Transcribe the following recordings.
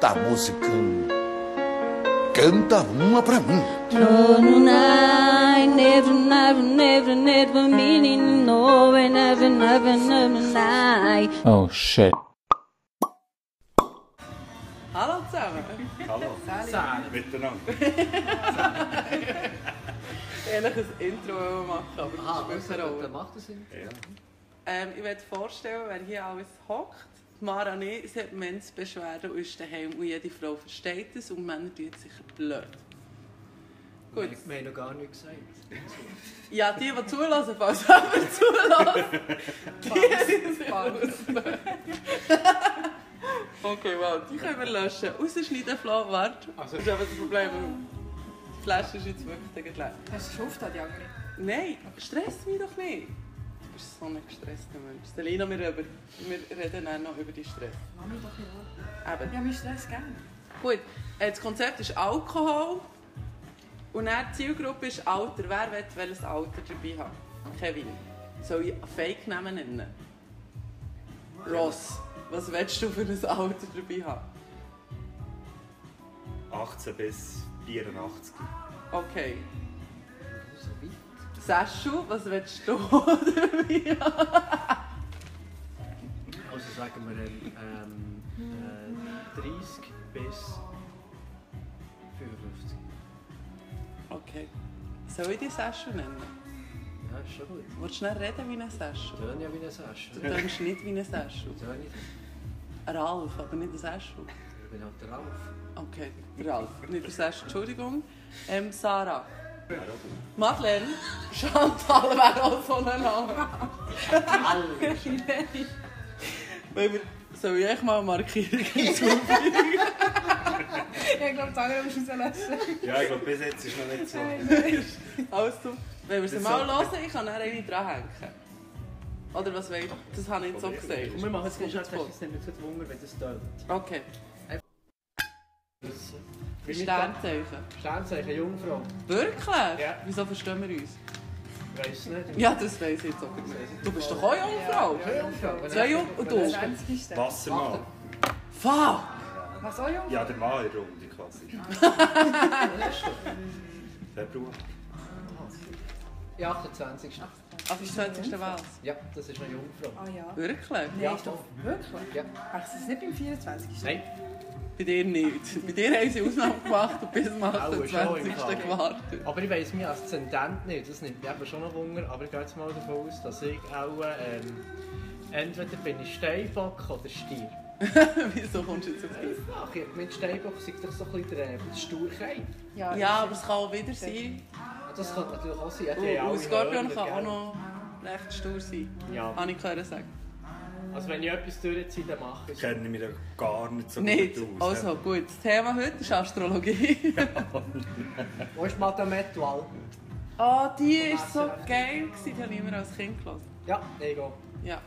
tá musicando. Canta uma pra mim. I never, never, never, never meaning no, I never, never, never, I. Oh shit. Hallo zusammen. Hallo. Miteinander. Ehrlich, ein Intro wollen wir machen, aber das Ah, spielt keine Rolle. dann macht das Sinn. Ähm, ich möchte vorstellen, wer hier alles hockt. Mara nee, sie hat Menzbeschwerden und ist daheim und jede Frau versteht dus das und Männer tun sicher blöd. Gut. Wir wir haben noch gar nichts gesagt. Ja, die, die zulassen, falls jemand zulässt. Die falls. okay, wow, die können wir löschen. Rausschneiden, Flo, warte. Also- Das ist aber das Problem. Die Flasche ist jetzt wirklich leer. Hast du geschafft, die andere? Nein, stress mich doch nicht. Du bist so ein gestresster Mensch. Selina, wir, über, wir reden dann noch über den Stress. Ah, Mach mich doch nicht an. Eben. Ja, mir Stress gern. Gut, äh, das Konzept ist Alkohol. Und dann die Zielgruppe ist Alter. Wer will welches Alter dabei haben? Kevin. Soll ich Fake Namen nennen? Ross. Was willst du für ein Alter dabei haben? 18 bis 84. Okay. So weit. Saschu, was willst du dabei haben? Also sagen wir ähm, ähm, äh, 30 bis 55. Okay. Soll ich dich Saschu nennen? Ja, ist schon gut. Willst du schnell reden wie ein Saschu? Töne ja wie ein Sasch. Du denkst nicht wie ein Saschu. Töne nicht. Ein Ralf, aber nicht ein Saschu. Ich bin halt der Ralf. Okay, der Ralf. Nicht der Saschu, Entschuldigung. Ähm, Sarah. Madeleine. Chantal wäre auch so ein Name. Alle! Weil wir- Soll ich euch mal markieren? Ich glaube, die andere musst du rauslöschen. Ja, ich glaube, bis jetzt ist noch nicht so. also, wenn wir sie Das mal soll- hören, ich kann dann eine dranhängen. Oder was weiß ich? Das habe ich jetzt so Und gesehen. wir machen es halt, ganz schnell, es nimmt zu Hunger, wenn das tönt. Okay, Das- Sternzeichen. Sternzeichen Jungfrau. Wirklich? Ja. Wieso verstehen wir uns? Weiss nicht. Ja, das weiss ich jetzt auch nicht. Du bist doch auch Jungfrau. Zwei Jungfrauen. Zwei Jung- und du? 20. Stern. Wassermann. Fuck! Was auch jung? Ja, der Mann in der Runde quasi. Februar. Ja, 28. Auf die 20. was? Ja, das ist eine Jungfrau. Oh Ah ja. Wirklich? Nein, Ja, ist doch wirklich. Ja. Hast du es nicht beim 24. Nein, Bei dir nicht. Bei dir haben sie Ausnahmen gemacht und bis zum Auch schon im 28. Fall. gewartet. aber ich weiss mein Aszendent nicht. Das nimmt mich eben schon noch Hunger. Aber ich gehe jetzt mal davon aus, dass ich auch ähm, entweder bin ich Steinbock oder Stier. Wieso kommst du jetzt auf das? Ach, ich- mit Steinbock sagt doch so ein bisschen der, äh, der Sturkeit. Ja, aber es kann auch wieder sein. Ah, Das könnte natürlich auch sein. Ja, die Und, haben alle und Oh, Skorpion Hörner, kann auch gell? noch Ah. recht stur sein. Ja, Habe ich gehört sagen. also wenn ich etwas durchziehe, dann mache Ich ich es. kenne mich da gar nicht so Nicht. gut aus. Also gut, das Thema heute ist Astrologie. Wo ist Madame Etoile? Oh, die ist so geil. gewesen. Die habe ich immer als Kind gelesen. Ja, ich gehe. Ja,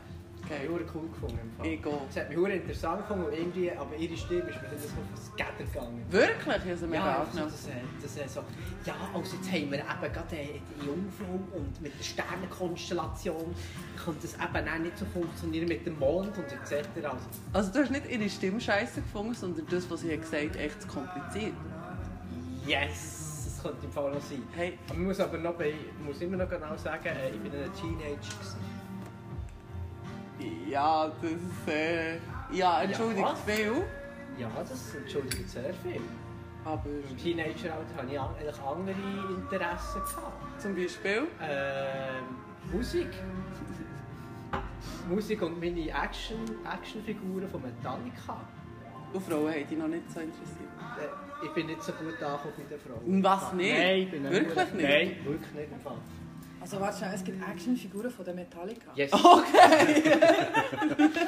Ich geil. habe cool gefunden. im Fall. Ich auch. Es hat mich sehr interessant gefunden, und irgendwie, aber ihre Stimme ist mir dann so aufs Gatter gegangen. Wirklich? Ich habe sie mir Ja, also angenommen. das, äh, das, äh, so, ja, also jetzt haben wir eben gerade äh, die Jungfrau und mit der Sternenkonstellation kann das eben auch nicht so funktionieren mit dem Mond und etc. Also, Also du hast nicht ihre Stimme scheiße gefunden, sondern das, was sie hat gesagt hat, echt zu kompliziert. yes, das könnte im Fall noch sein. Hey, Aber ich muss aber noch bei, ich muss immer noch genau sagen, äh, ich bin ein Teenager. gewesen. ja, das ist... Äh, ja, entschuldigt, Ja, was? viel. Ja, das entschuldigt sehr viel. Aber Im Teenageralter hatte ich an- eigentlich andere Interessen. Gehabt. zum Beispiel, Ähm, Musik. Musik und meine Action, Actionfiguren von Metallica. und Frauen haben dich noch nicht so interessiert. Äh, Ich bin nicht so gut angekommen bei den Frauen. Was nicht? Nein, ich bin Wirklich nur- nicht? Nein, wirklich nicht im Fall. Also warte schon, es gibt Actionfiguren von der Metallica. Yes. Okay!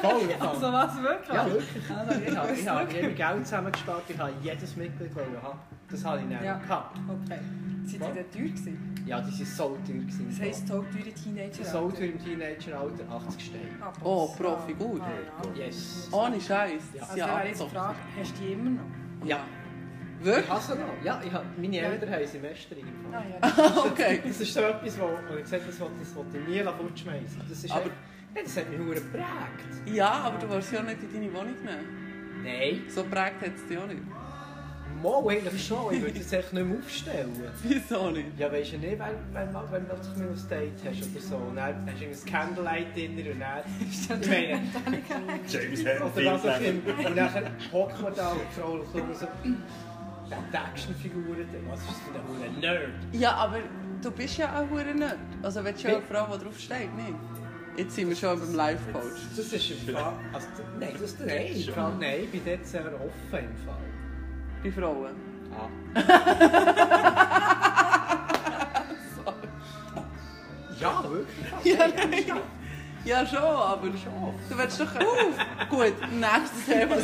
Voll im Fall. Also was, wirklich? ja, wirklich. Also, Ich habe, ich ich habe immer Geld zusammengespart, ich habe jedes Mitglied wollen haben. Das habe ich nicht Ja. gehabt. Okay. Sind die denn teuer gewesen? Ja, das war so teuer. gewesen. Das heisst, so teure Teenager. so teuer im Teenageralter, 80 Steine. Oh, Profi, gut. Ah, ja. Yes. Ohne Scheiß. Ja. Also, Ja, wenn ich so. jetzt frage, hast du die immer noch? Ja. Ich Wirklich? hasse noch. Ja, ich habe, meine Eltern haben Semester im Fall. Ah, ja. Okay. Das ist so etwas, wo wo ich gesagt habe, das wollte das wollte ich nie fortschmeißen. Das ist Aber- echt- ja, das hat mich hure geprägt. Ja, aber du warst ja nicht in deine Wohnung nehmen. Nein. So prägt hat es dich auch nicht. Mal eigentlich schon, ich würde es echt nicht mehr aufstellen. Wieso nicht? Ja, weisst du nicht, wenn, wenn, mal- wenn du plötzlich mal ein Date hast oder so. Und dann hast du irgendwie ein Candlelight-Dinner und dann... Ich meine, James Oder was auch Hetfield. immer. Und dann hocken wir da und die Frau kommt so... Ja, die Actionfiguren, was ist das für ein Huren Nerd? Ja, aber du bist ja auch hure Nerd. Also willst du ja eine Bin- Frau, die draufsteht, nicht? Jetzt sind wir schon beim Life-Coach. Das ist im Fall... Also, nein, das ist nein. Im Fall, nein, ich bin dort sehr offen im Fall. Bei Frauen. Ah. ja, wirklich. Ja, nein. Ja, schon, aber du willst doch... Uff, gut, nächstes Thema.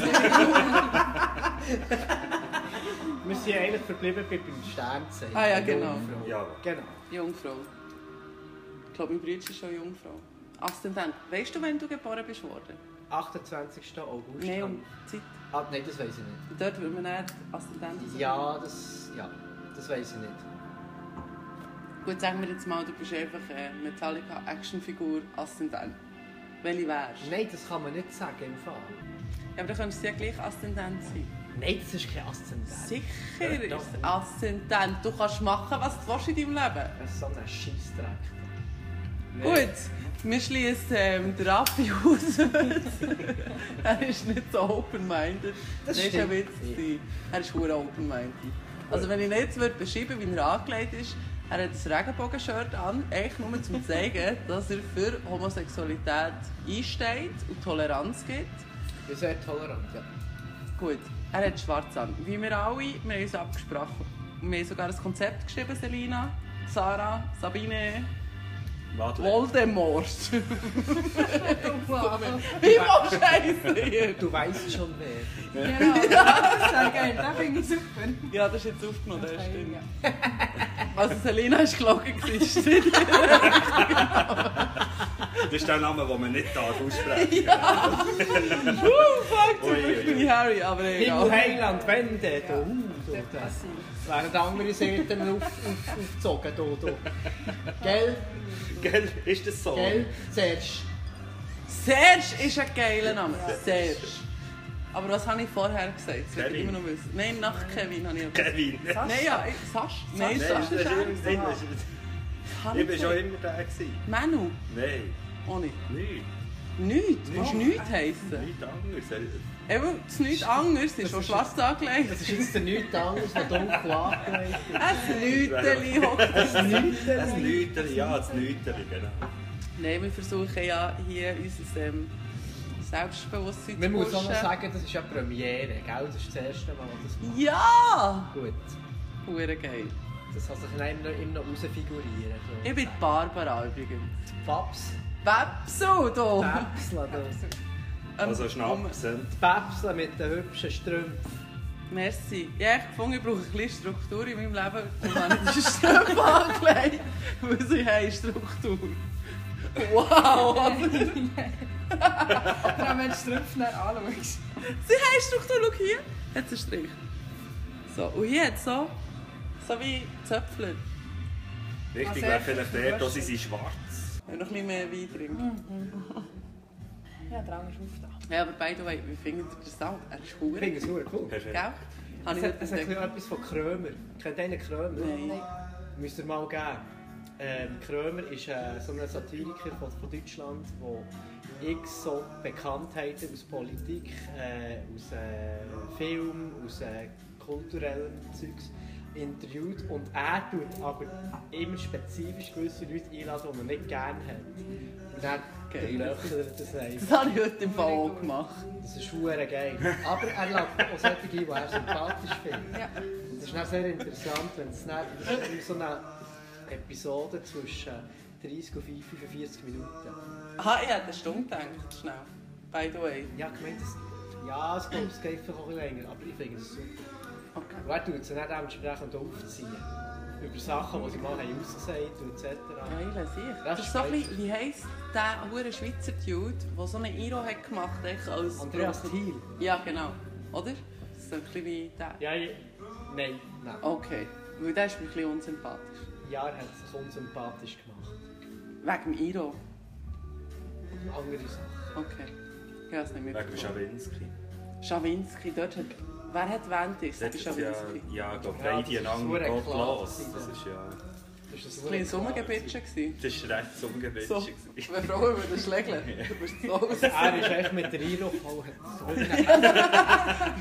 Wir sind eigentlich verblieben bei beim Sternzeichen. Ah ja, genau. Jungfrau. Ja. Genau. Jungfrau. Ich glaube, mein Bruder ist schon Jungfrau. Aszendent. Weißt du, wann du geboren bist worden? 28. August. Nein, um die Zeit. Ah, nein, das weiß ich nicht. Dort würde man dann Aszendent rausfinden. Ja, das, ja, das weiß ich nicht. Gut, sagen wir jetzt mal, du bist einfach eine Metallica-Actionfigur Aszendent. Welche wärst du? Nein, das kann man nicht sagen im Fall. Ja, aber dann könntest du ja gleich Aszendent sein. Nein, das ist kein Aszendent. Sicher Ja, ist doch. es Aszendent. Du kannst machen, was du willst in deinem Leben. Das ist so ein Scheissdreck. Gut, wir schließen ähm, den Raffi aus. er ist nicht so open-minded. Das ist ein Witz. stimmt. gewesen. Er ist sehr open-minded. Also wenn ich ihn jetzt würde beschreiben wie er angelegt ist, er hat ein Regenbogen-Shirt an, eigentlich nur um zu zeigen, dass er für Homosexualität einsteht und Toleranz gibt. Wir sind sehr tolerant, ja. Gut, er hat schwarz an. Wie wir alle, wir haben uns abgesprochen. Und wir haben sogar ein Konzept geschrieben, Selina, Sarah, Sabine, Madeleine. Voldemort. Wow. Wie machst du hier? Du weißt schon wer. Genau. Das ist ja geil. Das finde ich super. Ja, das ist jetzt aufgenommen, das stimmt. Ja. Also Selina ist gelogen, stimmt. Das ist der Name, den man nicht darf aussprechen Uh, fuck, zum Ui, ui, Glück bin ui. ich Harry, aber egal. Himmel, Heiland, Wende, da. Uh, da, da. Wären die anderen Seiten auf, auf, aufgezogen, da, da. Gell, Gell? Ist das so? gell, zuerst. Serge ist ein geiler Name. Serge. Aber was habe ich vorher gesagt? Das will ich Kevin. immer noch wissen. Nein, nach Kevin habe ich etwas- Kevin. Nein, Nein, ja, ich- Sasch. Nein, das Sasch ist ist irgendwie- er. das ist- Ich war schon immer der. gewesen. Manu. Nein, Oh nicht. nichts. Nichts. Du musst nichts heissen. Nichts anderes. Eben, das nichts anderes ist, was schwarz angelegt Das ist. ist jetzt nichts anderes, was dunkel angelegt ist. Ein Nüteli hockt. Das Nüteri, ja, das Nüteri, genau. Nein, wir versuchen ja hier unser ähm, Selbstbewusstsein Man zu muss auch noch pushen. sagen, das ist ja Premiere, gell? Das ist das erste Mal, das macht. Ja! Gut. Hure geil. Das kann sich dann immer, immer noch rausfigurieren. So. Ich bin die Barbara übrigens. Babs. Webso, du! Babsla, du. Also Ähm, Schnapsen. Die Babsla mit den hübschen Strümpfen. Merci. Ja, ich fand, ich brauche ein bisschen Struktur in meinem Leben. um Darum habe ich diese Ströme angelegt, weil sie haben Struktur. Wow! oder? Aber auch wenn du die Strümpfe dann anschaust. Sie haben Struktur, schau hier. Hat sie einen Strich. So, und hier hat so, so wie Zöpfler. Richtig wäre vielleicht der, dass sie sind schwarz. Wenn noch ein bisschen mehr Wein trinken. Ja, der Drang ist auf da. Ja, aber by the way, wie findet ihr den Sound? Er ist cool. Ich finde es super cool. Perfekt. Gell? Habe ich Das hat, heute das hat ein bisschen entdeckt. etwas von Krömer. Kennt ihr einen Krömer? Nein. Müsst ihr mal geben. Ähm, Krömer ist äh, so ein Satiriker von, von Deutschland, der x so Bekanntheiten aus Politik, äh, aus äh, Film, aus äh, kulturellem Zeugs interviewt. Und er tut aber immer spezifisch gewisse Leute einladen, die er nicht gerne hat. Und dann Geil. okay. löchert er das einfach. Das habe ich heute im Fall auch gemacht. Das ist schwer geil. Aber er lädt auch solche, die er sympathisch findet. Ja. Und Das ist dann sehr interessant, wenn es dann das ist immer so eine Episode zwischen 30 und 45 Minuten. Aha, ich hätte eine Stunde gedacht. Schnell. By the way. Ja, gemeint, das, ja, es kommt es geht vielleicht auch ein bisschen länger, aber ich finde es super. Okay. Und er tut es dann auch entsprechend aufziehen. Über Sachen, die sie mal haben ausgesagt und etc. Geil, sicher. Das Das ist so ein ist bisschen, wie heisst der hure Schweizer Dude, der so einen Iro hat gemacht hat? Als Andreas Thiel. Ja, genau. Oder? So ein bisschen wie der. Ja, ja. Nein, nein. Okay. Weil der ist mir ein bisschen unsympathisch. Ja, er hat es sich unsympathisch gemacht. Wegen dem Iro. Andere Sachen. Okay. Ja, das nicht Wegen Schawinski. Schawinski, dort hat... Wer hat Wendig? Das Das ist ist ja, Schawinski. ja, ich glaube, Ja, beide das ist einander verdammt Gott klar. los. Das ist ja, Das ist Ein ein kleines Sommergebetchen gewesen. das war recht ungewiss. So. gewesen. Wenn Frauen würden schlägeln, du bist so aus. Er ist echt mit der Iro gekommen.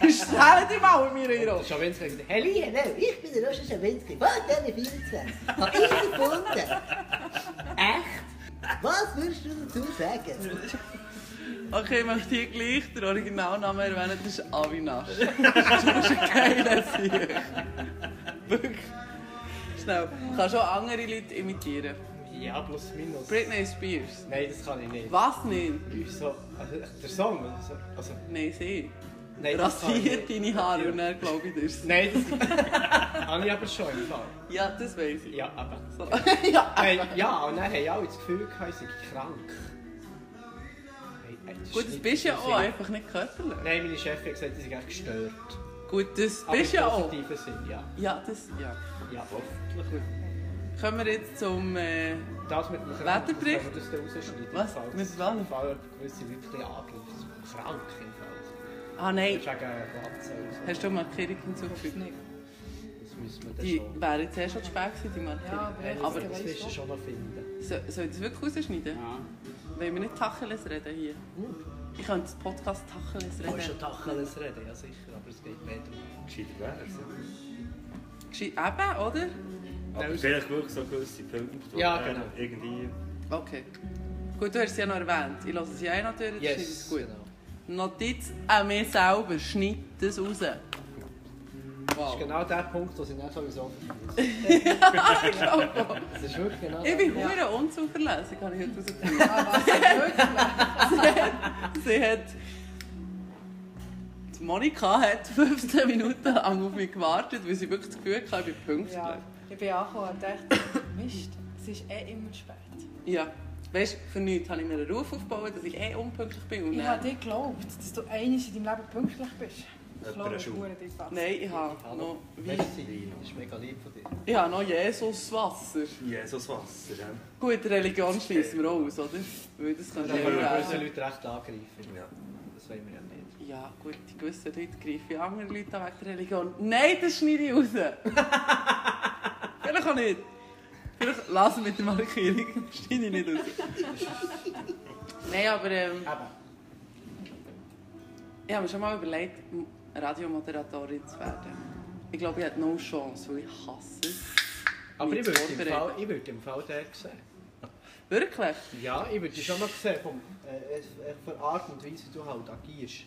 Stell dich mal in mir Euro. Schawinski hat gesagt, hey, Hallo, hallo, ich bin der Roger Schawinski, Bordelle 24. Hab ich gefunden. Echt? Was würdest du dazu sagen? Okay, ich möchte hier gleich den Originalnamen erwähnen, das ist Avinash. Das ist ein geiler Sieg. Wirklich. Schnell. Ich kann schon andere Leute imitieren. ja, plus minus. Britney Spears. Nein, das kann ich nicht. Was nicht? So, also, der Song? Also, also, Nein, sie. nein, das kann ich Rasier nicht. deine Haare und dann glaube ich dir's. Nein, das habe ich aber schon im Fall. Ja, das weiß ich. Ja, aber. So. ja. Hey, ja, und dann haben alle das Gefühl, gehabt, ich sei krank. Hey, hey, das ist Gut, das nicht- bist ja das auch ist- einfach nicht körperlich. Nein, meine Chefin hat gesagt, ich sei echt gestört. Gut, das Aber bist ja im auch. positiven Sinn, ja. Ja, das, ja. ja. Kommen wir jetzt zum... Äh, Das mit dem Krank, Wetterbericht? wenn wir das da rausschneiden. Was? falls- Mit wann? Falls gewisse Leute ein bisschen angreifen, so krank im Fall. ah nein, Das ist wegen Glatze oder so. hast du mal Markierung hinzugefügt? Das müssen wir dann Die schon. wäre jetzt eh schon zu spät gewesen, die Markierung. Ja, aber jetzt- aber Das weiss wirst du schon. schon noch finden. so, soll ich das wirklich rausschneiden? Wollen wir nicht Tacheles reden hier? Ich könnte das Podcast Tacheles Du kannst reden. schon Tacheles reden, ja sicher, aber es geht nicht um... Gescheiter wär's. Gescheit- Eben, oder? Aber Nein, vielleicht wirklich so gewisse Punkte, wo Ja, er genau. irgendwie... Okay. Gut, du hast es ja noch erwähnt. Ich lasse es ja eh natürlich, das ist Yes, gut. genau. Notiz an mich selber, schneid das raus. Das Wow. ist genau der Punkt, den ich dann sowieso vergesse. Das ist wirklich genau Ich der bin Punkt. hure unzuverlässig, habe ich heute herausgefunden. Sie hat. Die Monika hat 15 Minuten lang auf mich gewartet, weil sie wirklich das Gefühl hatte, ich bin pünktlich. Ja, ich bin angekommen und dachte, Mist, es ist eh immer spät. Ja. Weißt du, für nichts habe ich mir einen Ruf aufgebaut, dass ich eh unpünktlich bin. Und Ich habe dann, dir geglaubt, dass du einmal in deinem Leben pünktlich bist. Ich glaube, Jemand hure dich fast. nein, ich habe noch, Hallo. wie, Merci, das ist mega lieb von dir. ich habe noch Jesuswasser. Jesuswasser, ja. Gut, Religion schließen wir auch aus, oder? Weil das könnte Da können wir ja auch gewisse Leute recht angreifen. Ja. Das wollen wir ja nicht. Ja, gut, die gewissen Leute greifen andere Leute an wegen der Religion. Nein, das schneide ich raus! Vielleicht auch nicht. Vielleicht lassen mit der Markierung. Schneide ich nicht raus. Nein, aber ähm, Eben. ich habe mir schon mal überlegt, M- Radiomoderatorin zu werden. Ich glaube, ich hätte no Chance, weil ich hasse es. Aber mich ich zu würde im vorbereiten. Fall, ich würde im Fall der sehen. Wirklich? Ja, ich würde dich schon mal sehen, vom, äh, äh, von der Art und Weise, wie du halt agierst.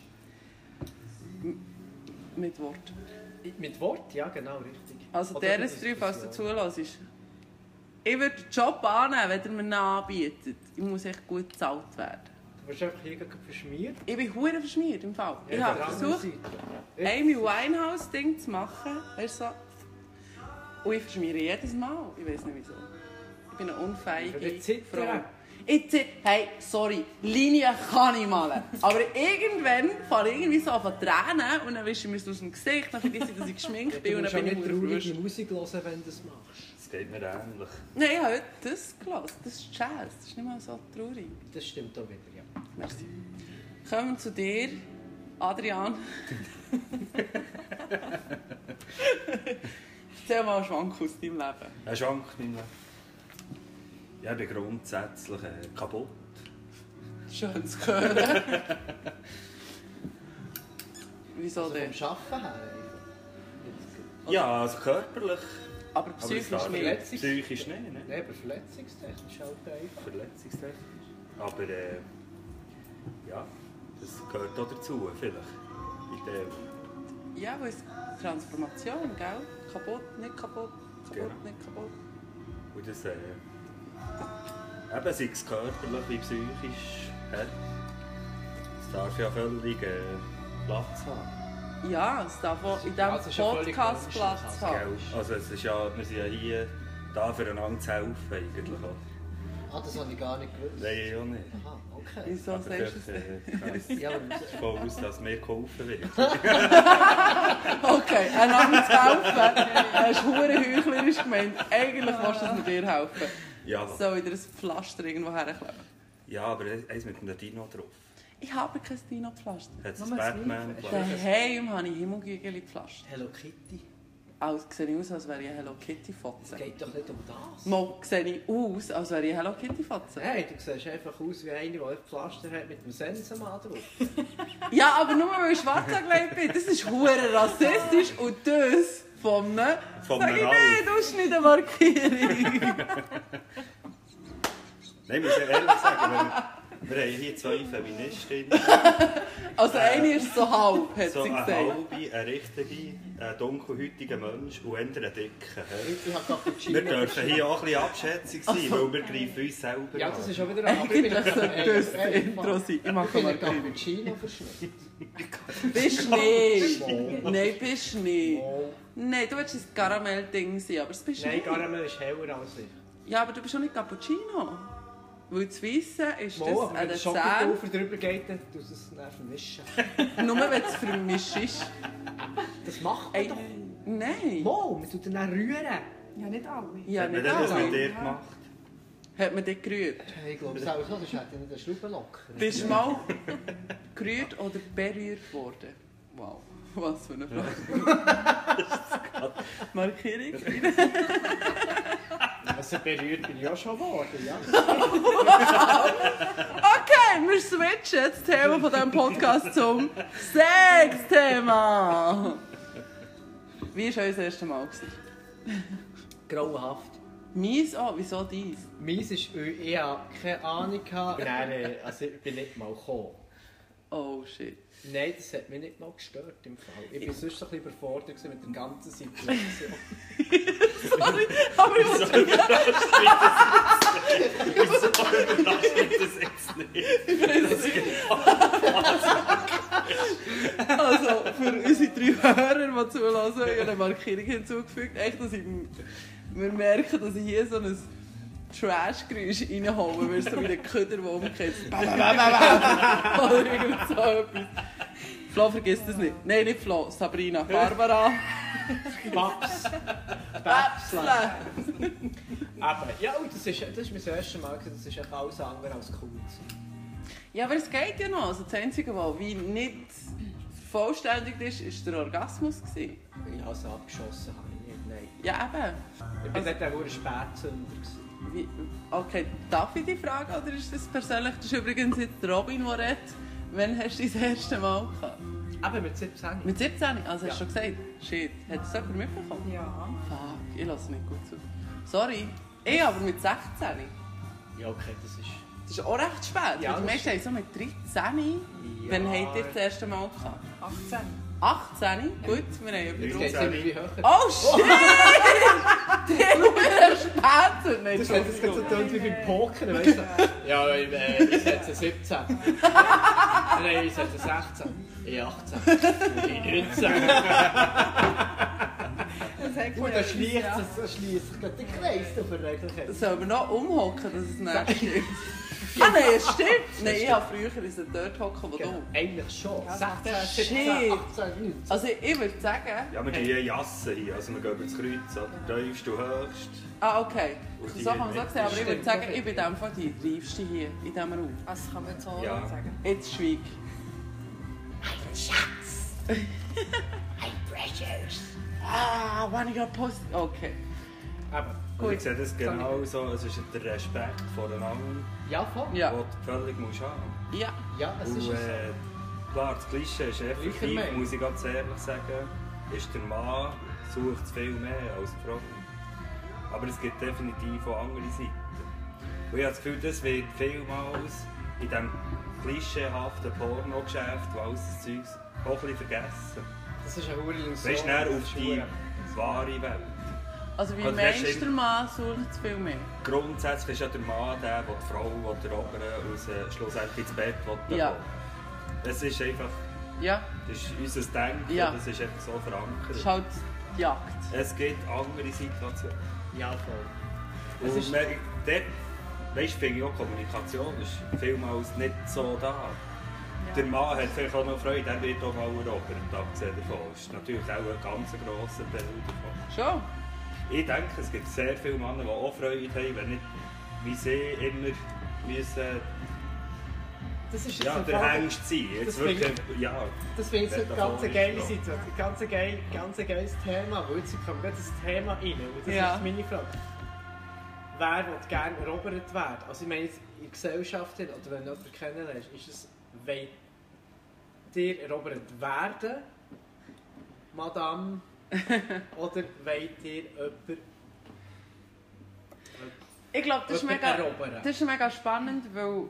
Mit Wort. Mit Wort, ja genau, richtig. Also Oder der ist mit drauf, falls du Diskussion. zulässt. Ich würde den Job annehmen, wenn er mir einen anbietet. Ich muss echt gut bezahlt werden. Du wirst einfach hier gerade verschmiert. Ich bin hure verschmiert im Fall. Ich Ja, habe der anderen versucht, Seite. Ich- Amy Winehouse Ding zu machen. Weißt du, so. Und ich verschmiere jedes Mal. Ich weiß nicht wieso. Ich bin eine unfähige Aber jetzt zittern. Frau. Ich zit- hey, sorry, Linien kann ich malen. Aber irgendwann fange ich irgendwie so an zu tränen und dann wische ich mir es aus dem Gesicht, dann vergesse ich, dass ich geschminkt bin Du und musst dann auch bin ich nicht traurige verdruscht. Musik hören, wenn du das machst. Das geht mir ähnlich. Nein, ich habe heute das gelassen. Das ist Jazz. Das ist nicht mal so traurig. Das stimmt auch wieder, ja. Merci. Kommen wir zu dir, Adrian. Erzähl mal einen Schwank aus deinem Leben. Er schwankt nicht mehr. Ja, ich bin grundsätzlich äh, kaputt. Schön zu hören. Wieso Also denn? vom Arbeiten her einfach. Jetzt gut. Ja, also körperlich. Aber Aber es psychisch darf nicht. nicht. Psychisch nicht, ne? Nein, aber verletzungstechnisch halt einfach. Verletzungstechnisch. Aber äh, ja, das gehört auch dazu, vielleicht. In dem. Ja, weil es Transformation, gell? Kaputt, nicht kaputt, kaputt, Genau. nicht kaputt. Und das, äh, eben sei es körperlich wie psychisch. hä? Es darf ja völlig äh, Platz haben. Ja, es darf auch in diesem Ja, das ist ja völlig Podcast logisch, Platz das haben. Gell? Also es ist ja, wir sind ja hier da füreinander zu helfen eigentlich auch. Ah, das habe ich gar nicht gewusst. Nein, ich auch nicht. äh, Aha, Ah, okay. Wieso sagst du das? es Ja, aber das ist voll aus, dass mir geholfen wird. Okay, einander zu helfen. Das ist hure heuchlerisch gemeint. Eigentlich willst du, dass wir dir helfen. Ja, So wieder ein Pflaster irgendwo herkleben. ja aber eins mit einem Dino drauf. Ich habe kein Dino-Pflaster. Hat es Nur das Batman Lied. gelassen? Daheim habe ich Himmelgügeli-Pflaster. Hello Kitty. Aus sehe ich aus, als wäre ich eine Hello Kitty-Fotze. Es geht doch nicht um das. Mal sehe ich aus, als wäre ich eine Hello Kitty-Fotze. Nein, du siehst einfach aus wie einer, der ein Pflaster hat mit einem Sensenmann drauf. Ja, aber nur weil ich schwarz angelegt bin. Das ist hure rassistisch und das von einem... Von Sag ich einem nicht, du bist nicht eine Markierung. Nein, wir müssen ehrlich sagen, wir, wir haben hier zwei Feministinnen. Also eine ist so halb, hat So sie eine gesagt. halbe, eine richtige, ein dunkelhäutiger Mensch und eher ein dicker. hä? Ich habe gerade Wir dürfen hier auch ein bisschen Abschätzung sein, weil wir greifen uns selber Ja, das an. ist schon wieder Eigentlich aber ich bin- sollte das Intro sein. Ich mache Ich mal bin gleich. Cappuccino verschnitten. Bist nicht. Nein, bist nicht. Nein, du willst ein Karamell-Ding sein, aber das bist du Nein, nicht. Karamell ist heller als ich. Ja, aber du bist auch nicht Cappuccino. Weil das Weisse ist Mal, das aber wenn ein der Dessert, Schokotaufer drüber geht, dann tust du es dann vermischen. nur wenn du es vermischst. ist. Das macht man Ey, doch. nein. Mal, man tut ihn dann rühren. Ja, nicht alle. Ja, Hat man nicht denn das alle. mit dir gemacht? Hat man dich gerührt? Ich glaube es auch so, sonst hätte ich nicht den Schrauben locker. Bist du mal gerührt oder berührt worden? Wow, was für eine Frage. Markierung? Also berührt bin ich ja schon geworden, ja. Okay, wir switchen das Thema von diesem Podcast zum Sex-Thema. Wie war euer erstes Mal? gewesen? Grauenhaft. Meins auch, wieso dies? Meins ist, weil ich habe keine Ahnung hatte. Nein, äh, also ich bin nicht mal gekommen. Oh shit. Nein, das hat mich nicht mal gestört im Fall. Ich bin sonst ein bisschen überfordert gewesen mit der ganzen Situation. Sorry, aber ich muss Lass mich das jetzt nicht. Also, für unsere drei Hörer, die zulassen, ich habe eine Markierung hinzugefügt. Echt, dass ich, wir merken, dass ich hier so ein Trash-Geräusch reinhaue, weil es so wie ein Köder, der umkehrt. Bam, bam, bam, bam, bam. Oder irgend so etwas. Flo vergisst das nicht. Nein, nicht Flo, Sabrina, Barbara. Babs! Babsla! Bäpsle. Aber ja, und das ist, das ist mein erstes Mal, gewesen, das ist echt alles andere als cool. gewesen. Ja, aber es geht ja noch. Also, das Einzige, was wie nicht vollständig ist, ist der Orgasmus. Gewesen. Ich habe es abgeschossen, habe ich nicht. Nein. Ja, eben. Ich bin nicht der verdammte Spätzünder. gewesen. Wie- Okay, darf ich die Frage oder ist das persönlich? Das ist übrigens jetzt Robin, der redet. Wann hast du dein erstes Mal gehabt? Aber mit 17. Mit 17? Also hast du Ja. schon gesagt? Shit, hat das jemand mitbekommen? Ja. Fuck, ich lasse nicht gut zu. Sorry. Ich aber mit 16. Ja, okay, das ist... Das ist auch recht spät. Ja, Ja, die das meisten haben so mit 13. Ja. Wann habt ihr das erste Mal gehabt? 18. 18? Gut, wir haben etwas Jetzt drauf. geht es immer wie höher. Oh shit! Du bist spät. Nein, Das hat jetzt gerade so getönt wie beim Poker, weißt du? Ja, äh, ich setze 17. Nein, ich setze 16. Ich 18. Und ich 19. Das hat Und dann schließt es, dann schließt sich gerade der Kreis, der verregelt hat. Sollen wir noch umhocken, dass es nicht stimmt? ah nein, es stimmt! Nein, ich habe früher in dort hocken, wo Genau, du. Eigentlich schon. 16, Shit. 17, 18, 19. Also ich würde sagen... Ja, wir gehen hier jassen hier, also wir gehen über das Kreuz, oder? Tiefst und höchst. Ah, okay. Und So die kann man es nicht. auch sehen, aber ich würde Stimmt, sagen, okay. ich bin in dem Fall die reifste hier, in diesem Raum. Das kann man jetzt auch Ja. sagen. Jetzt schweig. Ah, wann ich post... Okay. Aber, Und ich sehe das genau so, es ist der Respekt voreinander, ja, voll. Ja. ja. den du völlig musst haben Ja. Ja, es ist Und, so. äh, klar, das Klischee ist Gleicher effektiv, Meinung. muss ich ganz ehrlich sagen, ist der Mann sucht viel mehr als die Frau. Aber es gibt definitiv auch andere Seiten. Und ich habe das Gefühl, das wird vielmals in diesem klischeehaften Pornogeschäft, wo alles das Zeugs auch ein bisschen vergessen. Das ist eine hohe Illusion. Weißt du, näher Das auf ist die hure- wahre Welt. Also wie Also, das meinst ist- du, der Mann sucht viel mehr? Grundsätzlich ist ja der Mann der, der die Frau oder der Oberen aus, äh, schlussendlich ins Bett will. Ja. Das ist einfach Ja, das ist unser Denken, Ja. das ist einfach so das ist verankert. halt die Jagd. Es gibt andere Situationen. Ja, voll. Es Und ist- ist dort, weißt, finde ich auch, Kommunikation ist vielmals nicht so da. Der Mann hat vielleicht auch noch Freude, er wird auch mal erobert, abgesehen davon. Das ist natürlich auch ein ganz grosser Teil davon. Schon? Ich denke, es gibt sehr viele Männer, die auch Freude haben, wenn nicht wie sie immer müssen Das ist jetzt Ja, im der Fall- Hengst sein. Jetzt Das wirklich, finde ja. Das finde ich jetzt eine ganz Metaphorisch, geile ja. Situation, ein ganz, geil, ganz geiles Thema, weil jetzt kommt gerade das Thema rein und das Ja. ist meine Frage. Wer will gerne erobert werden? Also ich meine jetzt in der Gesellschaft oder wenn du jemanden kennenlernst, ist es, will dir erobert werden, Madame, oder will dir jemand... Ich glaube, das, ist Jemand mega- erobern. das ist mega spannend, weil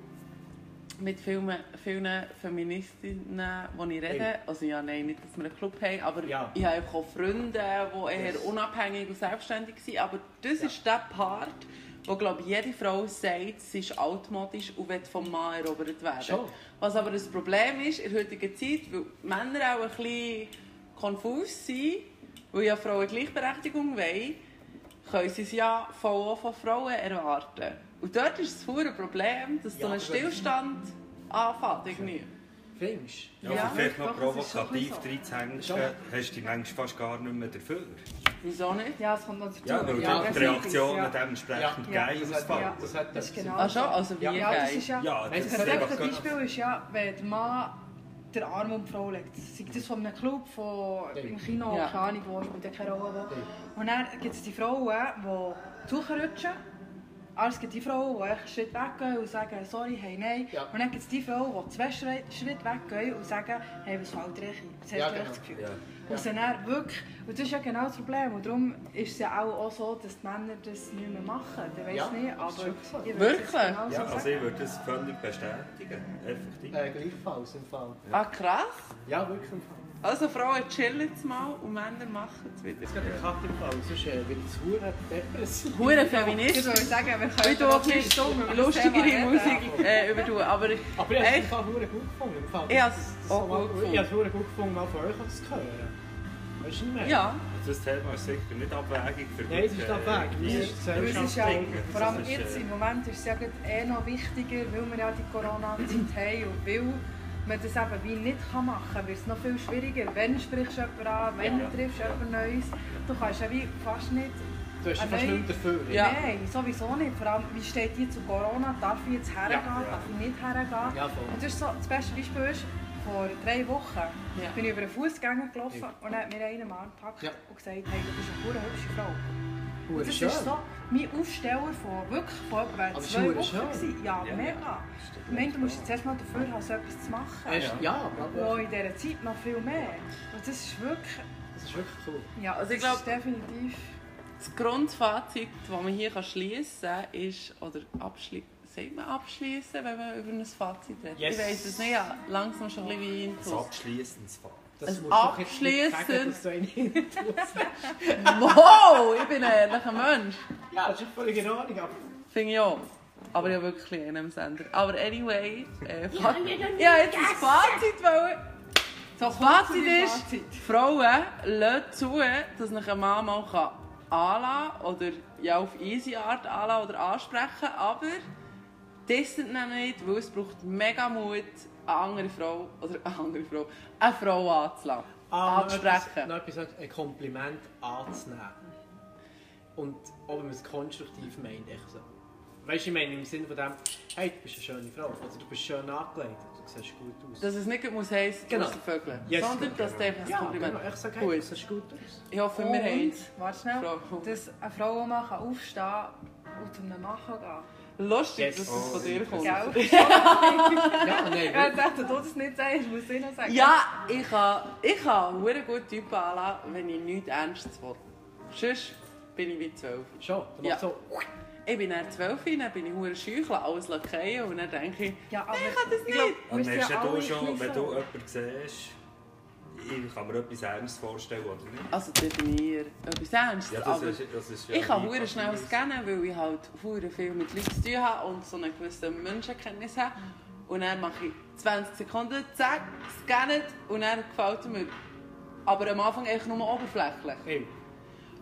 mit vielen, vielen Feministinnen, die ich rede, also ja, nein, nicht, dass wir einen Club haben, aber Ja. ich habe auch Freunde, die eher Yes. unabhängig und selbstständig sind, aber das Ja. ist der Part, wo glaube ich, jede Frau sagt, sie ist altmodisch und will vom Mann erobert werden. Schon. Was aber ein Problem ist in der heutigen Zeit, weil Männer auch ein bisschen konfus sind, weil ja Frauen Gleichberechtigung wollen, können sie es ja voll auch von Frauen erwarten. Und dort ist das verdammte Problem, dass Ja, so aber ein das- Stillstand anfängt. Irgendwie. Findest du? Ja, also Ja, vielleicht doch, noch das ist schon provokativ so. reinzuhängen, Schon. hast du die Menschen fast gar nicht mehr dafür. Wieso nicht? Ja, es kommt noch dazu. Ja, weil Ja, die das Reaktionen ja. dementsprechend Ja. geil Das hat, ausfallen. Ja. das hat Das ist genau Ach schon, also wie Ja. Ja, das geil. ist ja... Ja, das Weißt du, ist Das perfekte einfach Beispiel ist ja, wenn der Mann den Arm um die Frau legt. Sei das von einem Club, von Ja. im Kino, Ja. keine Ahnung wo, spielt ja keine Rolle wo. Und dann gibt es die Frauen, die zuchenrutschen. Aber es gibt die Frauen, die einen Schritt weggehen und sagen, sorry, hey, nein. Ja. Und dann gibt es die Frauen, die zwei Schritte Schritte weggehen und sagen, hey, was fällt dir ein? Das hast Ja, du genau. echt das Gefühl. Ja. Und, sie dann wirklich, und das ist ja genau das Problem. Und darum ist es ja auch, auch so, dass die Männer das nicht mehr machen. Ich weiß Ja, nicht, das aber... ist schon so. ich würde es jetzt Wirklich? genau so Ja, also sagen. ich würde das völlig bestätigen. Effektiv. Äh, gleichfalls im Fall. Ah, krass. Ja, wirklich im Fall. Also Frauen chillen jetzt mal und Männer machen es wieder. Jetzt geht der Kaffee im Fall, sonst äh, bin ich zu Huren depressiv. Hure Ich Feminist. würde sagen, wir können Wie du auch nicht lustigere Musik äh, über du, aber Aber ich habe es echt, im Fall verdammt gut gefunden. Im Fall. Ich habe es Das- auch mal- gut gefunden. Ich habe es verdammt gut gefunden, mal von euch zu hören. Weißt du nicht mehr? ja. Das Thema ist sicher nicht abwägig für Nein, es ist abwägig. äh, Wir die sind Aber es ist ja, Gesellschaft. vor allem Das ist, jetzt äh, im Moment ist es ja gerade eh noch wichtiger, weil wir ja die Corona-Zeit haben und weil man das eben wie nicht kann machen kann, wird es noch viel schwieriger. Wenn sprichst du jemanden an, wenn Ja. triffst du jemanden Neues, du kannst ja wie fast nicht... Du hast ja Ah, fast nein. nichts dafür. Ja. Nein, sowieso nicht. Vor allem, wie steht die zu Corona? Darf ich jetzt hergehen? Ja. Darf ich nicht hergehen? Ja, voll. Und das, ist so, das beste Beispiel ist, vor drei Wochen Ja. bin ich über einen Fußgänger gelaufen Ja. und dann hat mir einen Mann gepackt Ja. und gesagt, hey, du bist eine verdammt hübsche Frau. Hure Und das schön. dus ist so mein Aufsteller von wirklich von etwa Aber es ist zwei verdammt Wochen. schön. gewesen. Ja, Ja, mega. Ich meine, du musst jetzt erstmal dafür haben, so etwas zu machen. Hast- Ja, Und aber in dieser Zeit noch viel mehr. Und das ist wirklich, das ist wirklich cool. ja, Also ich das ist glaub- definitiv... Das Grundfazit, das man hier schließen kann, ist, oder abschli sagt man abschließen, wenn man über ein Fazit redet? Yes. Ich weiß es nicht, ja, langsam schon ein bisschen wie Das Intus. abschließendes Fazit. Das Ein musst du doch jetzt nicht sagen, abschliessend- dass du einen- Wow, eh, ich bin ein ehrlicher Mensch. Ja, das ist völlig in Ah, Ordnung. aber- Finde ich auch. Aber ich habe wirklich in einem Sender. Aber anyway, äh, Fa- ja, jetzt das Fazit wollen. So, das Fazit dem ist, Fazit. Frauen lassen zu, dass sich ein Mann mal kann anlassen oder ja, auf easy Art anlassen oder ansprechen aber das sind dann nicht, weil es braucht mega Mut, eine andere Frau, oder eine andere Frau, eine Frau anzulassen, Ah, noch etwas- anzusprechen. Noch etwas, ein Kompliment anzunehmen. Und ob man es konstruktiv meint. Echt so. Weißt du, ich meine im Sinne von dem, hey, du bist eine schöne Frau. Oder du bist schön angelegt. Oder du siehst gut aus. Dass es nicht muss heissen, Genau. genau. Vögel, Yes. sondern dass es einfach ein ja, Kompliment genau, echt so, hey, Gut. du siehst gut aus. Ich hoffe, wir haben Und, warte schnell, Frau. dass eine Frau auch mal kann aufstehen kann und zu einem Mann kann Oh, gehen Lustig, Yes. dass das von dir kommt. kann. Gell? Ja, nein, Ja, ich dachte, du das nicht sagst, muss ich noch sagen. Ja, ich kann, ich kann einen sehr guten Typ anlassen, wenn ich nichts Ernstes will. Sonst bin ich wie zwölf. Schon, dann Ja. macht so. Ich bin dann zwölf, dann bin ich sehr scheu, lasse alles lackieren und dann denke ich, Ja, aber ich kann das glaub, nicht. Und wir dann hast sind ja du alle schon, gleich wenn du so. jemanden siehst, ich kann mir etwas Ernstes vorstellen, oder nicht? Also definier etwas Ernstes, Ja, das aber ist, das ist ja ich kann nie sehr schnell passiert. scannen, weil ich halt sehr viel mit Leuten zu tun habe und so eine gewisse Menschenkenntnis habe. Und dann mache ich 20 Sekunden, zack, scannen und dann gefällt er mir. Aber am Anfang echt nur oberflächlich. Ey,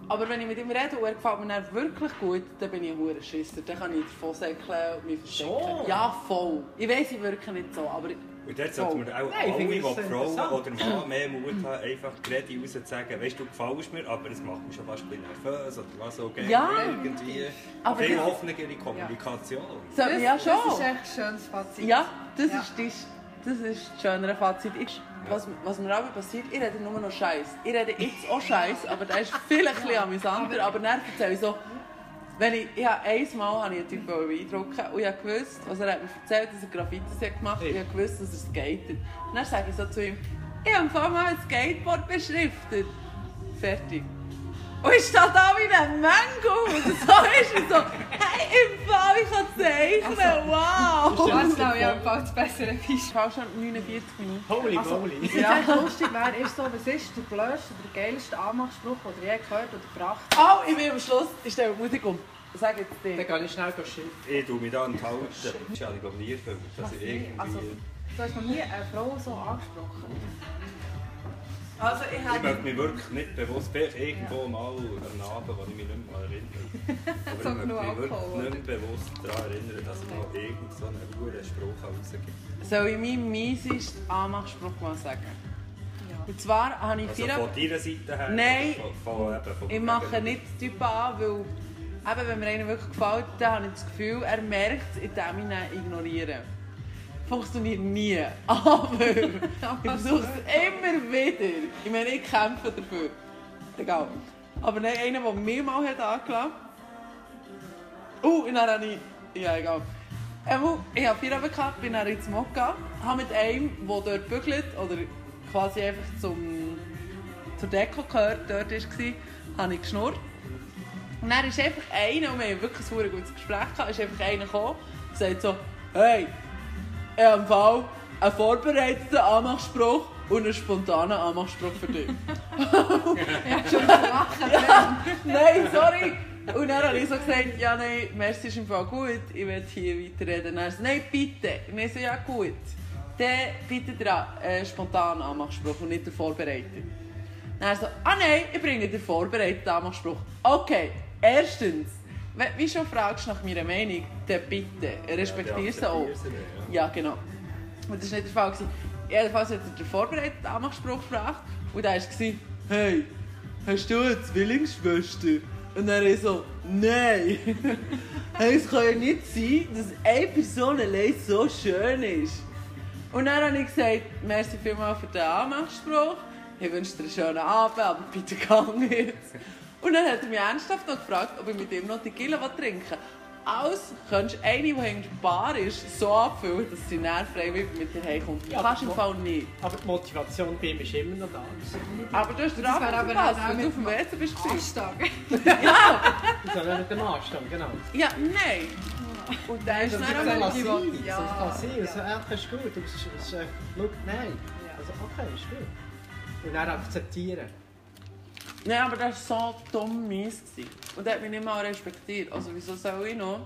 Aber wenn ich mit ihm rede und er gefällt mir dann wirklich gut, dann bin ich ein hoher Schisser. Dann kann ich davon säckeln und mich verstecken. Schon? Ja, voll. Ich weiß, ich wirke nicht so, aber... Und dort sollte man auch Nein, ich alle, finde die das sehr Frauen interessant. oder Mann mehr Mut haben, einfach die Rede raus zu sagen, weißt du, du gefällst mir, aber es macht mich schon fast ein bisschen nervös oder was auch immer. Ja. Irgendwie. Aber Viel das- offenere Kommunikation. So, ja, Das ist schon. echt ein schönes Fazit. Ja, Das, Ja. ist, das, das ist das schönere Fazit. Ich, was, was mir aber passiert, ich rede nur noch Scheiß. Ich rede jetzt auch Scheiß, aber das ist viel ein bisschen amüsanter. Aber dann erzähle ich so, wenn ich, ich habe einmal habe ich einen Typ beeindrucken und ich habe gewusst, also er hat mir erzählt, dass er Graffitis hat gemacht hat, ich habe gewusst, dass er skatet. Und dann sage ich so zu ihm, ich habe vorhin mal ein Skateboard beschriftet. Fertig. Und ich stehe da wie ein Mango. Und so ist er so, hey, im Fall, ich kann Also, zeichnen, wow. Das glaube ich auch bald das bessere Fisch. Ich habe schon 49 Minuten. Holy Also, moly! Was ja. lustig wäre, ist so, was ist der blödste, der geilste Anmachspruch, den ihr je gehört oder gebracht Oh, ich bin am Schluss. Ich stelle die Musik um. Sag jetzt Dann dir. gehe ich schnell schimpfen. Ich tue mich da enthalten. Ich habe glaube nie erfüllt, dass ich irgendwie... Also, Du hast noch nie eine Frau so angesprochen. Also, ich ich habe. möchte mich wirklich nicht bewusst, vielleicht irgendwo mal am Abend, wo ich mich nicht mehr erinnere. So Aber ich genug möchte mich Alkohol, wirklich nicht bewusst daran erinnern, dass ich noch irgend so einen guten Spruch rausgebe. Soll ich meinen miesesten Anmachspruch mal sagen? Und zwar habe ich Also vier. von deiner Seite her? Nein. Von, von, eben, von Ich mache nicht die Typen Ah, an, weil eben, wenn mir einer wirklich gefällt, dann habe ich das Gefühl, er merkt es, indem ich ihn ignoriere. Funktioniert nie. Aber ich versuche es immer wieder. Ich meine, ich kämpfe dafür. Egal. Aber nein, einer, der mir mal hat angelassen Uh, und dann habe ich... Ja, egal. Einmal, ich habe vier Abend gehabt, bin dann ins Mokka, habe mit einem, der dort bügelt, oder quasi einfach zum zur Deko gehört, dort war, habe ich geschnurrt. Und dann ist einfach einer, und wir haben wirklich ein verdammt gutes Gespräch gehabt, ist einfach einer gekommen und sagt so, «Hey, ich habe im Fall einen vorbereiteten Anmachspruch und einen spontanen Anmachspruch für dich.» Nein, sorry. Und dann habe ich so gesagt, ja nein, merci ist im Fall gut, ich werde hier weiterreden. Dann hat er so, nein, bitte. Und ich so, ja gut. Dann bitte dran, äh, spontan Anmachspruch und nicht der Vorbereiter. Dann hat er so, ah nein, ich bringe den vorbereiteten Anmachspruch. Okay, erstens, wenn du schon fragst nach meiner Meinung, dann bitte, respektiere sie auch. Ja, genau. Und das war nicht der Fall. gewesen. Jedenfalls hat er den vorbereiteten Anmachspruch gefragt und er war, hey, hast du eine Zwillingsschwester? Und er ist so, nein. hey, es kann ja nicht sein, dass eine Person allein so schön ist. Und dann habe ich gesagt, merci vielmals für den Anmachspruch. Ich wünsche dir einen schönen Abend, aber bitte gang jetzt. Und dann hat er mich ernsthaft noch gefragt, ob ich mit ihm noch die Gille trinken will. Alles kannst du eine, die hinter der Bar ist, so abfüllen, dass sie näher freiwillig mit dir heimkommt. Ja, Kannst du im aber- Fall nicht. Aber die Motivation bei ihm ist immer noch da. Aber du hast den Das wäre Abend aber verpasst, auch weil du mit auf dem WC bist. gewesen. Anstag. Ja, Das soll ja nicht der Anstand, genau. ja, nein. Und dann ist Das dann ist jetzt auch lassen. Das Ja. ist passiert. Also, ja, das ist gut. Aber es ist, es ist einfach, schau, nein. Also, okay, ist gut. Und dann akzeptieren. Nein, aber das war so dumm mies. gewesen. Und der hat mich nicht mal respektiert. Also wieso soll ich noch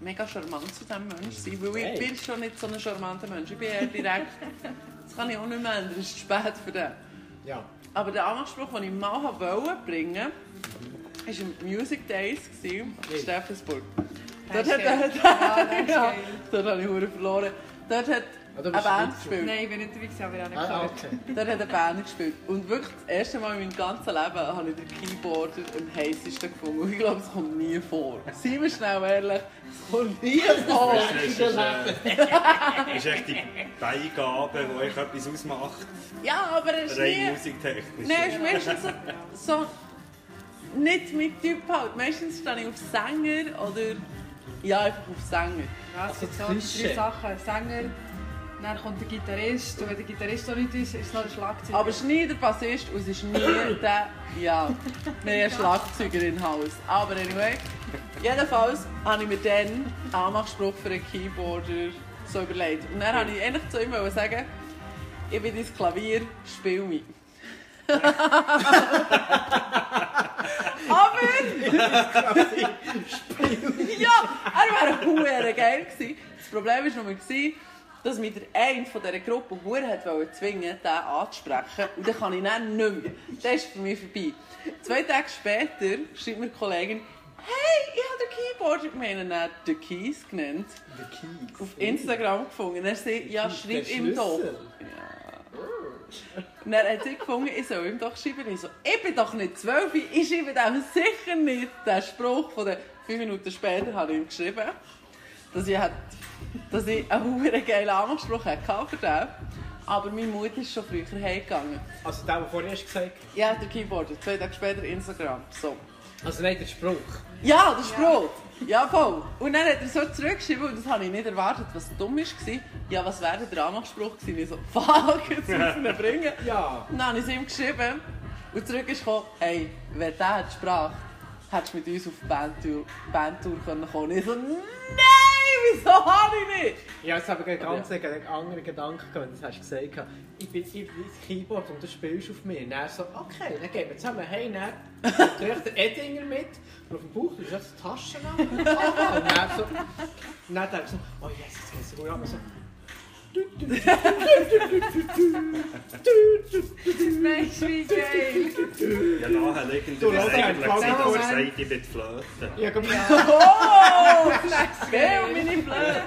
mega charmant zu diesem Mensch sein? Weil Hey. ich bin schon nicht so ein charmanter Mensch. Ich bin eher direkt. Das kann ich auch nicht mehr ändern. Es ist zu spät für den. Ja. Aber der Anspruch, den ich mal wollte bringen, war im Music Days gewesen, in Steffensburg. Dort ist hat geil. er... Ja, das ist Ja, geil. dort habe ich verdammt verloren. Dort hat Ah, eine da bist du Band nicht gespielt. Nein, ich bin nicht dabei, gewesen, aber ich habe nicht Ah, gehört. okay. Dort hat eine Band gespielt. Und wirklich das erste Mal in meinem ganzen Leben habe ich den Keyboarder am heißesten gefunden. Und ich glaube, es kommt nie vor. Seien wir schnell ehrlich, es kommt nie vor. Das ist, äh, ist echt die Beigabe, die euch etwas ausmacht, Ja, aber es ist rein nie... musiktechnisch. Nein, es ist meistens so... so nicht mein Typ halt. Meistens stehe ich auf Sänger oder... Ja, einfach auf Sänger. Ja, es gibt so Klischee. drei Sachen. Sänger, dann kommt der Gitarrist. Und wenn der Gitarrist auch nicht ist, ist noch der Schlagzeuger. Aber es ist nie der Bassist und es ist nie der... Ja, wir haben einen Schlagzeuger im Haus. Aber anyway, jedenfalls habe ich mir dann einen Anmachspruch für einen Keyboarder so überlegt. Und dann habe ich eigentlich zu ihm wollen sagen, ich bin dein Klavier, spiel mich. Aber... ja, er wäre huere geil gewesen. Das Problem war nur, gewesen, dass mich der eine von dieser Gruppe hure hat wollen zwingen, den anzusprechen. Und dann kann ich dann nicht mehr. Das ist für mich vorbei. Zwei Tage später schreibt mir die Kollegin, hey, ich habe den Keyboard, ich meine dann den Keys genannt, Der Keys. auf Instagram gefunden. Dann sagt ja, schreib Der ihm doch. Schlüssel. Und er hat sie gefunden, ich soll ihm doch schreiben. Ich so, ich bin doch nicht zwölf, ich schreibe dem sicher nicht den Spruch von den fünf Minuten später habe ich ihm geschrieben, dass ich hat dass ich einen verdammt geilen Anspruch hatte für den. Aber meine Mutter ist schon früher heimgegangen. Also der, der vorher hast gesagt Ja, der Keyboarder, zwei Tage später Instagram. So. Also nein, der Spruch. Ja, das ist Brot. Ja, voll. Und dann hat er so zurückgeschrieben und das habe ich nicht erwartet, was dumm war. Ja, was wäre der Anmachspruch gewesen? Ich so, fuck, jetzt müssen wir ihn bringen. Ja. Und dann habe ich es ihm geschrieben und zurück ist gekommen, hey, wenn der hat sprach, hättest du mit uns auf die Bandtour, Bandtour können kommen. Ich so, nein, wieso habe ich nicht? Ja, jetzt habe ich einen ganz einen anderen Gedanken gehabt, das hast du gesagt. Ich bin, ich bin das Keyboard und du spielst auf mir. Und er so, okay, dann gehen wir zusammen hey, dann nehme ich den Edinger mit. Und auf dem Bauch tust du jetzt die Tasche an. Und er so, und dann denke ich so, oh yes, jetzt geht's gut. Und ich so, Mensch, wie geil! Ja, naheliegend Du, ist lass dich eigentlich, dass einfach er mal sagt, ich bin die Flöte. ja, komm, Oh, das wäre meine Blöde.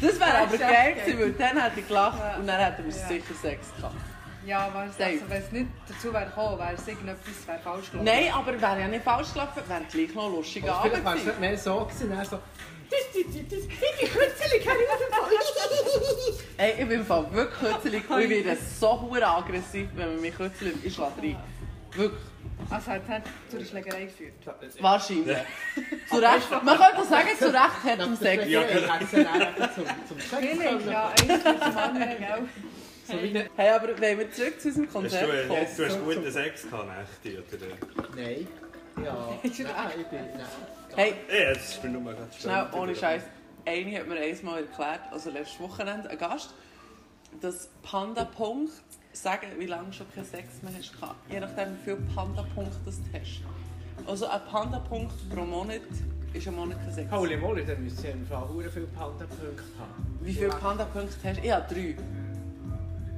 Das wäre aber Das ist geil echt gewesen, weil dann hätte ich gelacht Ja. und dann hätten wir Ja. sicher Sex gehabt. Ja, was, Safe. also, wenn es nicht dazu wäre gekommen, wäre es irgendetwas wäre falsch gelaufen. Nein, aber wäre ja nicht falsch gelaufen, wäre gleich noch lustig vielleicht war es gewesen. nicht mehr so gewesen. Und er so, Ey, ich bin im Fall wirklich kürzlich und ich werde so hure aggressiv, wenn man mich kürzlich ich schlage rein. Wirklich, Also hat es nicht zu einer Schlägerei geführt. wahrscheinlich. zu Recht, man könnte auch sagen, zu Recht hat er Sex. ja, genau. hat es dann einfach zum, zum Sex Vielleicht, kommen. ja, eins zum anderen, gell? So wie eine, Hey, aber wenn wir zurück zu unserem Hast du, Konzert du hast kommen. guten Sex gehabt, Nächte, oder? nein, ja, nein, ich bin, nein. Hey, Ja, das ist mir nur ganz Schnell, ohne Scheiß. Eine hat mir einmal erklärt, also letztes Wochenende, ein Gast, dass Panda-Punkt sagen, wie lange du schon keinen Sex mehr hast. gehabt. Je nachdem, wie viel Panda-Punkte du hast. Also ein Panda-Punkt pro Monat ist ein Monat kein Sex. Holy moly, dann müssen sie im Fall sehr viele Panda-Punkte haben. Wie viele Panda-Punkte hast du? Ich habe drei.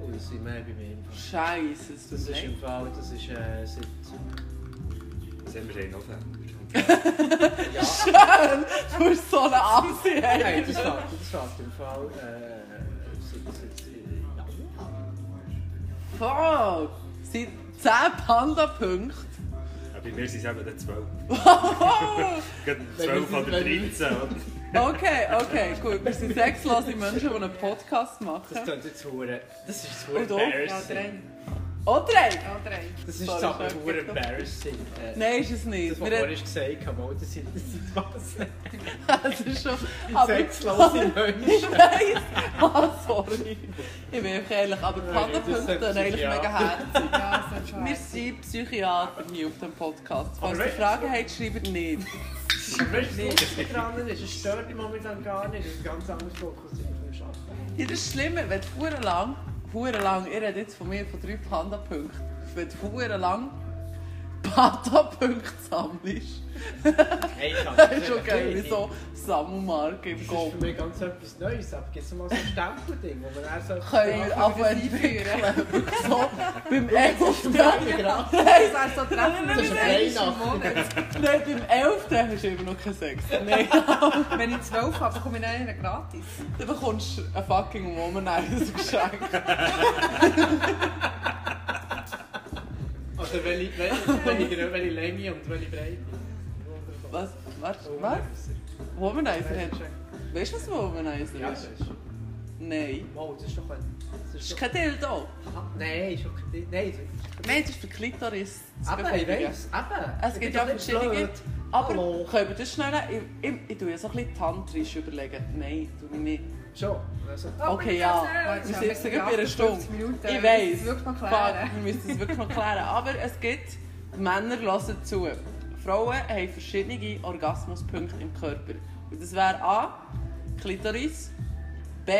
Oh, das sind mehr bei mir im Fall. Scheiße, das Das tut ist mir im Fall, das ist äh, seit... Sind wir in November? Du bist so eine Nein, Ansicht. das fällt, das fällt im Fall äh, seit, seit äh, Januar. Fuck! Es sind 10 Panda-Punkte. Ja, bei mir sind es eben dann 12. Oh! Gerade 12 Wenn oder wir- wenn 13. oder? Okay, okay, gut. Wir sind sechslose Menschen, die einen Podcast machen. Das klingt jetzt hure. Das ist zu Und doch. Ja, drei. embarrassing. Oh, drei! Ja, drei. Das ist Sorry, jetzt aber sorry. hure embarrassing. Äh, Nein, ist es nicht. Das, was Wir- du vorhin gesagt hast, mal, das sind das sind Ah, was? das ist schon. Aber Sexlose Menschen. ich weiss. Ah, sorry. Ich bin einfach ehrlich, aber die das Panda-Punkte sollte sind eigentlich Psychiater. mega herzig. Ja, das ist schon Wir sind Psychiater hier auf dem Podcast. Falls Aber ihr wenn- Fragen habt, schreibt nicht. Weißt du, was nicht dran ist? Es stört mich momentan gar nicht. Ich bin ganz anders fokussiert auf dem Arbeiten. Ja, das ist schlimmer, wenn du hure lang, hure lang, ihr redet jetzt von mir von drei Panda-Punkten, wenn du hure lang Panda-Punkte sammelst. Hey, ich kann Das ist schon geil, wie so Sammelmarke im Das ist Kopf. für mich ganz etwas Neues. Aber gibt es mal so ein Stempelding, wo man dann so... Können wir auf entwickeln. Wirklich so, beim elften. Gerade. Nein, Das ist so treffend. Das ist eine Weihnacht. Nein, beim 11. hast du immer noch keinen Sex. Nein, Wenn ich zwölf habe, bekomme ich dann einen gratis. dann bekommst du einen fucking Womanizer geschenkt. Oder welche, welche, welche, welche Länge und welche Breite. Was? Was? Was? Womanizer hast du? Weißt du, was ein Ja, Womanizer das ist? ist schon... Nein. Wow, das ist doch ein... Das Das ist ist doch... kein Dildo. Aha, Nein, ist okay. Nein, Nein, das ist für Klitoris. zu das... Eben, ich befriedigen. weiss. Eben. Es Ich gibt bin ja doch nicht verschiedene. blöd. Aber Hallo. können wir das schnell... Ich, ich, ich tue ja so ein bisschen tantrisch überlegen. Nein, tue ich nicht. Schon. Also, Okay, Oh, eh, ja. Wir sind jetzt gerade bei einer Stunde. Ich weiß. Ich wirklich noch Fuck, klären. wir müssen das wirklich noch klären. Aber es gibt, Männer hören zu. Frauen haben verschiedene Orgasmuspunkte im Körper. Und das wäre A, Klitoris, B,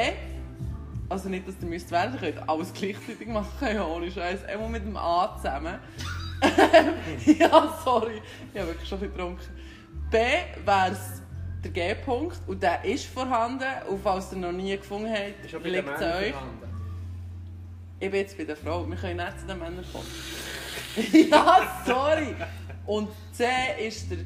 also nicht, dass ihr müsst werden ihr könnt, alles gleichzeitig machen, ja, ohne Scheiß. Einmal mit dem A zusammen. ja, sorry, ich habe wirklich schon ein bisschen getrunken. B wäre es der G-Punkt und der ist vorhanden. Und falls ihr ihn noch nie gefunden habt, schon bei den liegt es Männern euch. vorhanden. Ich bin jetzt bei der Frau. Wir können nicht zu den Männern kommen. ja, sorry. Und C ist der,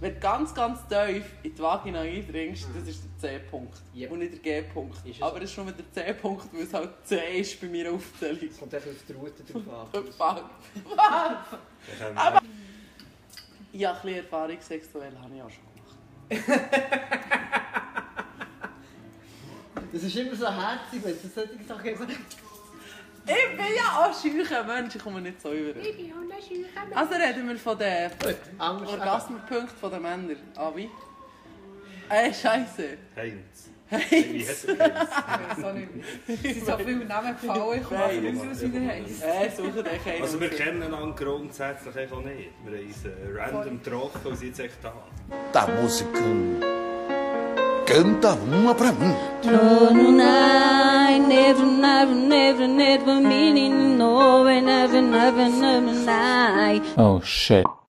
wenn du ganz, ganz tief in die Vagina eindringst, das ist der C-Punkt. Yep. Und nicht der G-Punkt. Ist es Aber es ist schon wieder der C-Punkt, weil es halt C ist bei mir Aufzählung. Es kommt einfach auf die Route drauf an. Fuck. Was? Ja, ein bisschen Erfahrung sexuell habe ich auch schon gemacht. ist immer so herzig, wenn du solche Sachen sagst. Ich bin ja auch schücher Mensch, ich komme nicht so über. Ich bin auch schücher Also reden wir von den Gut, anders. Orgasmenpunkten der Männer. Avi? Ey, scheiße. Heinz. Wie Hey, heißt er? Ich weiß auch nicht mehr. Es sind so viele nou Namen gefallen, ich weiß nicht, wie sie heißen. Ey, suche dich einen. Also wir raus. kennen ihn grundsätzlich eigentlich auch nicht. Wir haben uns äh, random getroffen und sind jetzt echt da. Tá musicando. Canta uma pra mim. No, no, I never, never, never, never meaning no, and never, never, never, I. Oh shit.